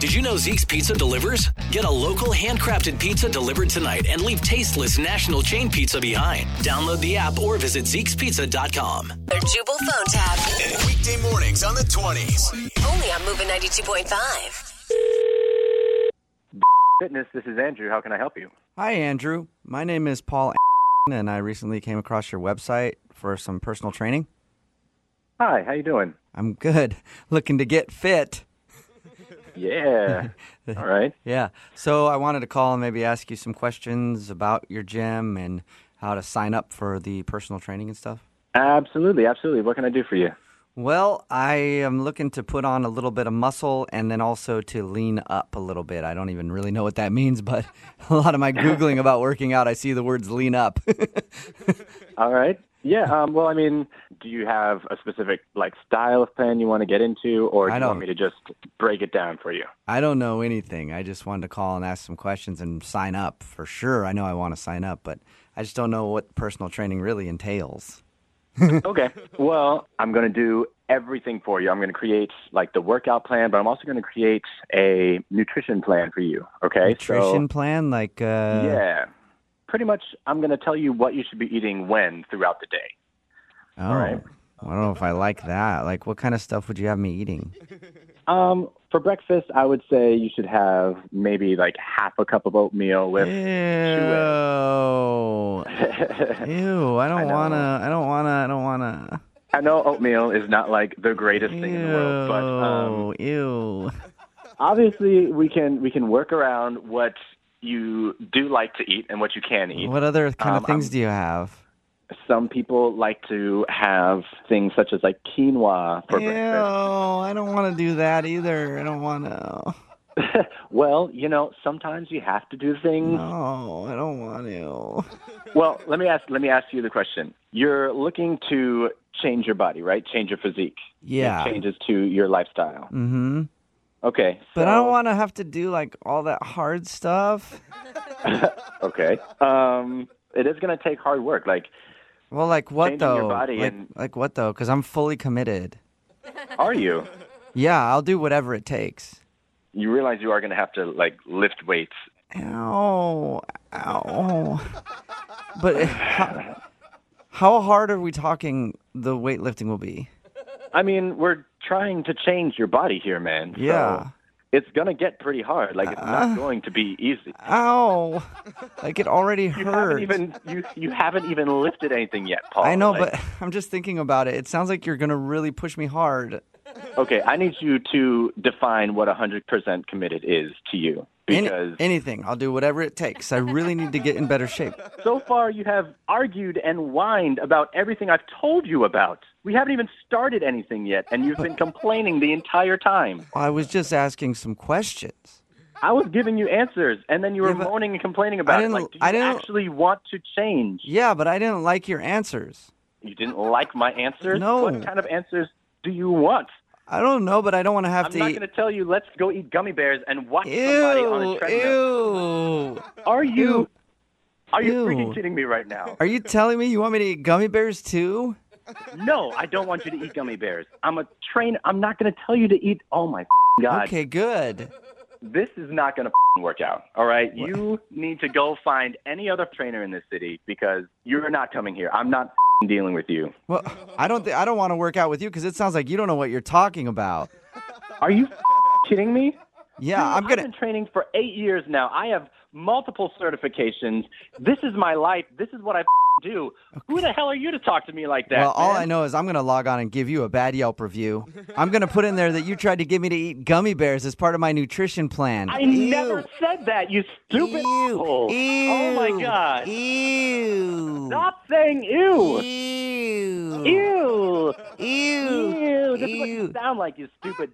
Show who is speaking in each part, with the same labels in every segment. Speaker 1: Did you know Zeke's Pizza delivers? Get a local handcrafted pizza delivered tonight and leave tasteless national chain pizza behind. Download the app or visit Zeke'sPizza.com.
Speaker 2: Their Jubal phone tab.
Speaker 3: Weekday mornings on the 20s.
Speaker 2: Only on Moving 92.5.
Speaker 4: Fitness, this is Andrew. How can I help you?
Speaker 5: Hi, Andrew. My name is Paul, and I recently came across your website for some personal training.
Speaker 4: Hi, how you doing?
Speaker 5: I'm good, looking to get fit.
Speaker 4: Yeah. All right.
Speaker 5: Yeah. So I wanted to call and maybe ask you some questions about your gym and how to sign up for the personal training and stuff.
Speaker 4: Absolutely, absolutely. What can I do for you?
Speaker 5: Well, I am looking to put on a little bit of muscle and then also to lean up a little bit. I don't even really know what that means, but a lot of my Googling about working out, I see the words lean up.
Speaker 4: All right. Yeah. Um, well, I mean, do you have a specific like style of plan you want to get into, or do
Speaker 5: I
Speaker 4: you want
Speaker 5: don't.
Speaker 4: me to just break it down for you?
Speaker 5: I don't know anything. I just wanted to call and ask some questions and sign up for sure. I know I want to sign up, but I just don't know what personal training really entails.
Speaker 4: Okay. Well, I'm going to do everything for you. I'm going to create like the workout plan, but I'm also going to create a nutrition plan for you. Okay.
Speaker 5: Nutrition
Speaker 4: So,
Speaker 5: plan, like uh,
Speaker 4: yeah. Pretty much, I'm going to tell you what you should be eating when throughout the day.
Speaker 5: Oh,
Speaker 4: right.
Speaker 5: I don't know if I like that. Like, what kind of stuff would you have me eating?
Speaker 4: Um, for breakfast, I would say you should have maybe like half a cup of oatmeal with.
Speaker 5: Ew, ew! I don't wanna. I don't wanna. I don't wanna.
Speaker 4: I know oatmeal is not like the greatest thing in the world, but um,
Speaker 5: Ew, ew.
Speaker 4: obviously we can we can work around what you do like to eat and what you can eat.
Speaker 5: What other kind
Speaker 4: um,
Speaker 5: of things do you have?
Speaker 4: Some people like to have things such as like quinoa for
Speaker 5: Ew!
Speaker 4: breakfast.
Speaker 5: I don't want to do that either. I don't want to.
Speaker 4: Well, you know, sometimes you have to do things.
Speaker 5: No, I don't want to.
Speaker 4: Well, let me ask let me ask you the question. You're looking to change your body, right? Change your physique. Make
Speaker 5: Yeah.
Speaker 4: changes to your lifestyle.
Speaker 5: Mm-hmm.
Speaker 4: Okay.
Speaker 5: But I don't
Speaker 4: so-
Speaker 5: want to have to do like all that hard stuff.
Speaker 4: Okay. Um, it is going to take hard work. Like,
Speaker 5: Well, like what
Speaker 4: Changing
Speaker 5: though?
Speaker 4: your body
Speaker 5: like,
Speaker 4: and-
Speaker 5: like what though? Because I'm fully committed.
Speaker 4: are you?
Speaker 5: Yeah, I'll do whatever it takes.
Speaker 4: You realize you are going to have to like lift weights.
Speaker 5: Ow, ow. But how, how hard are we talking? The weightlifting will be.
Speaker 4: I mean, we're trying to change your body here, man. so
Speaker 5: Yeah. Uh-huh.
Speaker 4: it's going to get pretty hard. Like, it's not going to be easy.
Speaker 5: Ow. Like it already
Speaker 4: You haven't
Speaker 5: hurts.
Speaker 4: even you, you haven't even lifted anything yet, Paul.
Speaker 5: I know,
Speaker 4: Like,
Speaker 5: but I'm just thinking about it. It sounds like you're gonna really push me hard.
Speaker 4: okay. I need you to define what 100% committed is to you
Speaker 5: Any-
Speaker 4: because
Speaker 5: anything. I'll do whatever it takes. I really need to get in better shape.
Speaker 4: so far you have argued and whined about everything I've told you about. We haven't even started anything yet, and you've been complaining the entire time.
Speaker 5: I was just asking some questions.
Speaker 4: I was giving you answers, and then you were
Speaker 5: Yeah, but-
Speaker 4: moaning and complaining about
Speaker 5: I
Speaker 4: it.
Speaker 5: didn't-
Speaker 4: Like, do you
Speaker 5: I didn't-
Speaker 4: actually want to change?
Speaker 5: Yeah, but I didn't like your answers.
Speaker 4: You didn't like my answers?
Speaker 5: No.
Speaker 4: What kind of answers do you want?
Speaker 5: I don't know, but I don't want to have
Speaker 4: I'm
Speaker 5: to.
Speaker 4: not
Speaker 5: eat-
Speaker 4: going to tell you, let's go eat gummy bears and watch somebody on a
Speaker 5: ew,
Speaker 4: treadmill.
Speaker 5: ew.
Speaker 4: Are you...
Speaker 5: Ew.
Speaker 4: Are you
Speaker 5: Ew.
Speaker 4: freaking kidding me right now?
Speaker 5: Are you telling me you want me to eat gummy bears too?
Speaker 4: No, I don't want you to eat gummy bears. I'm a train. I'm not going to tell you to eat. Oh my f***ing god!
Speaker 5: Okay, good.
Speaker 4: This is not going to f***ing work out. All right, you need to go find any other trainer in this city because you're not coming here. I'm not f***ing dealing with you.
Speaker 5: Well, I don't. Th- I don't want to work out with you because it sounds like you don't know what you're talking about.
Speaker 4: Are you f***ing kidding me?
Speaker 5: Yeah, Uh, I'm
Speaker 4: I've
Speaker 5: gonna.
Speaker 4: been training for eight years now. I have multiple certifications. This is my life. This is what I f***ing do. Who the hell are you to talk to me like that?
Speaker 5: Well, all
Speaker 4: man?
Speaker 5: I know is I'm gonna log on and give you a bad Yelp review. I'm gonna put in there that you tried to get me to eat gummy bears as part of my nutrition plan.
Speaker 4: I
Speaker 5: Ew.
Speaker 4: never said that. You stupid asshole.
Speaker 5: Ew. Ew.
Speaker 4: Oh my god.
Speaker 5: Ew.
Speaker 4: Stop saying ew.
Speaker 5: Ew.
Speaker 4: Ew.
Speaker 5: Ew.
Speaker 4: Ew. This is what you
Speaker 5: Ew.
Speaker 4: sound like, you stupid.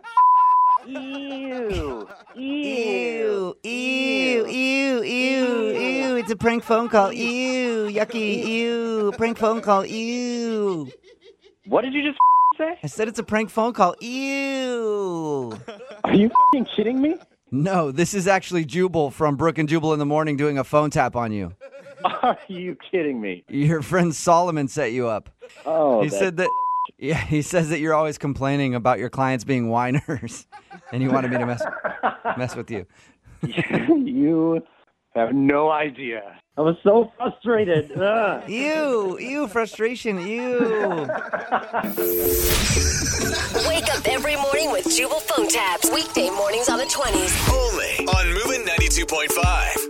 Speaker 4: Ew. Ew.
Speaker 5: Ew, ew, ew, ew, ew. It's a prank phone call. Ew, yucky, ew. Prank phone call. Ew.
Speaker 4: What did you just say?
Speaker 5: I said it's a prank phone call. Ew.
Speaker 4: Are you fing kidding me?
Speaker 5: No, this is actually Jubal from Brook and Jubal in the Morning doing a phone tap on you.
Speaker 4: Are you kidding me?
Speaker 5: Your friend Solomon set you up.
Speaker 4: Oh,
Speaker 5: he
Speaker 4: that-
Speaker 5: said that. Yeah, he says that you're always complaining about your clients being whiners, and he wanted me to mess mess with you.
Speaker 4: you have no idea.
Speaker 6: I was so frustrated. Ugh.
Speaker 5: Ew, ew, frustration, ew.
Speaker 2: Wake up every morning with Jubal phone tabs. Weekday mornings on the 20s.
Speaker 3: Only on Moving 92.5.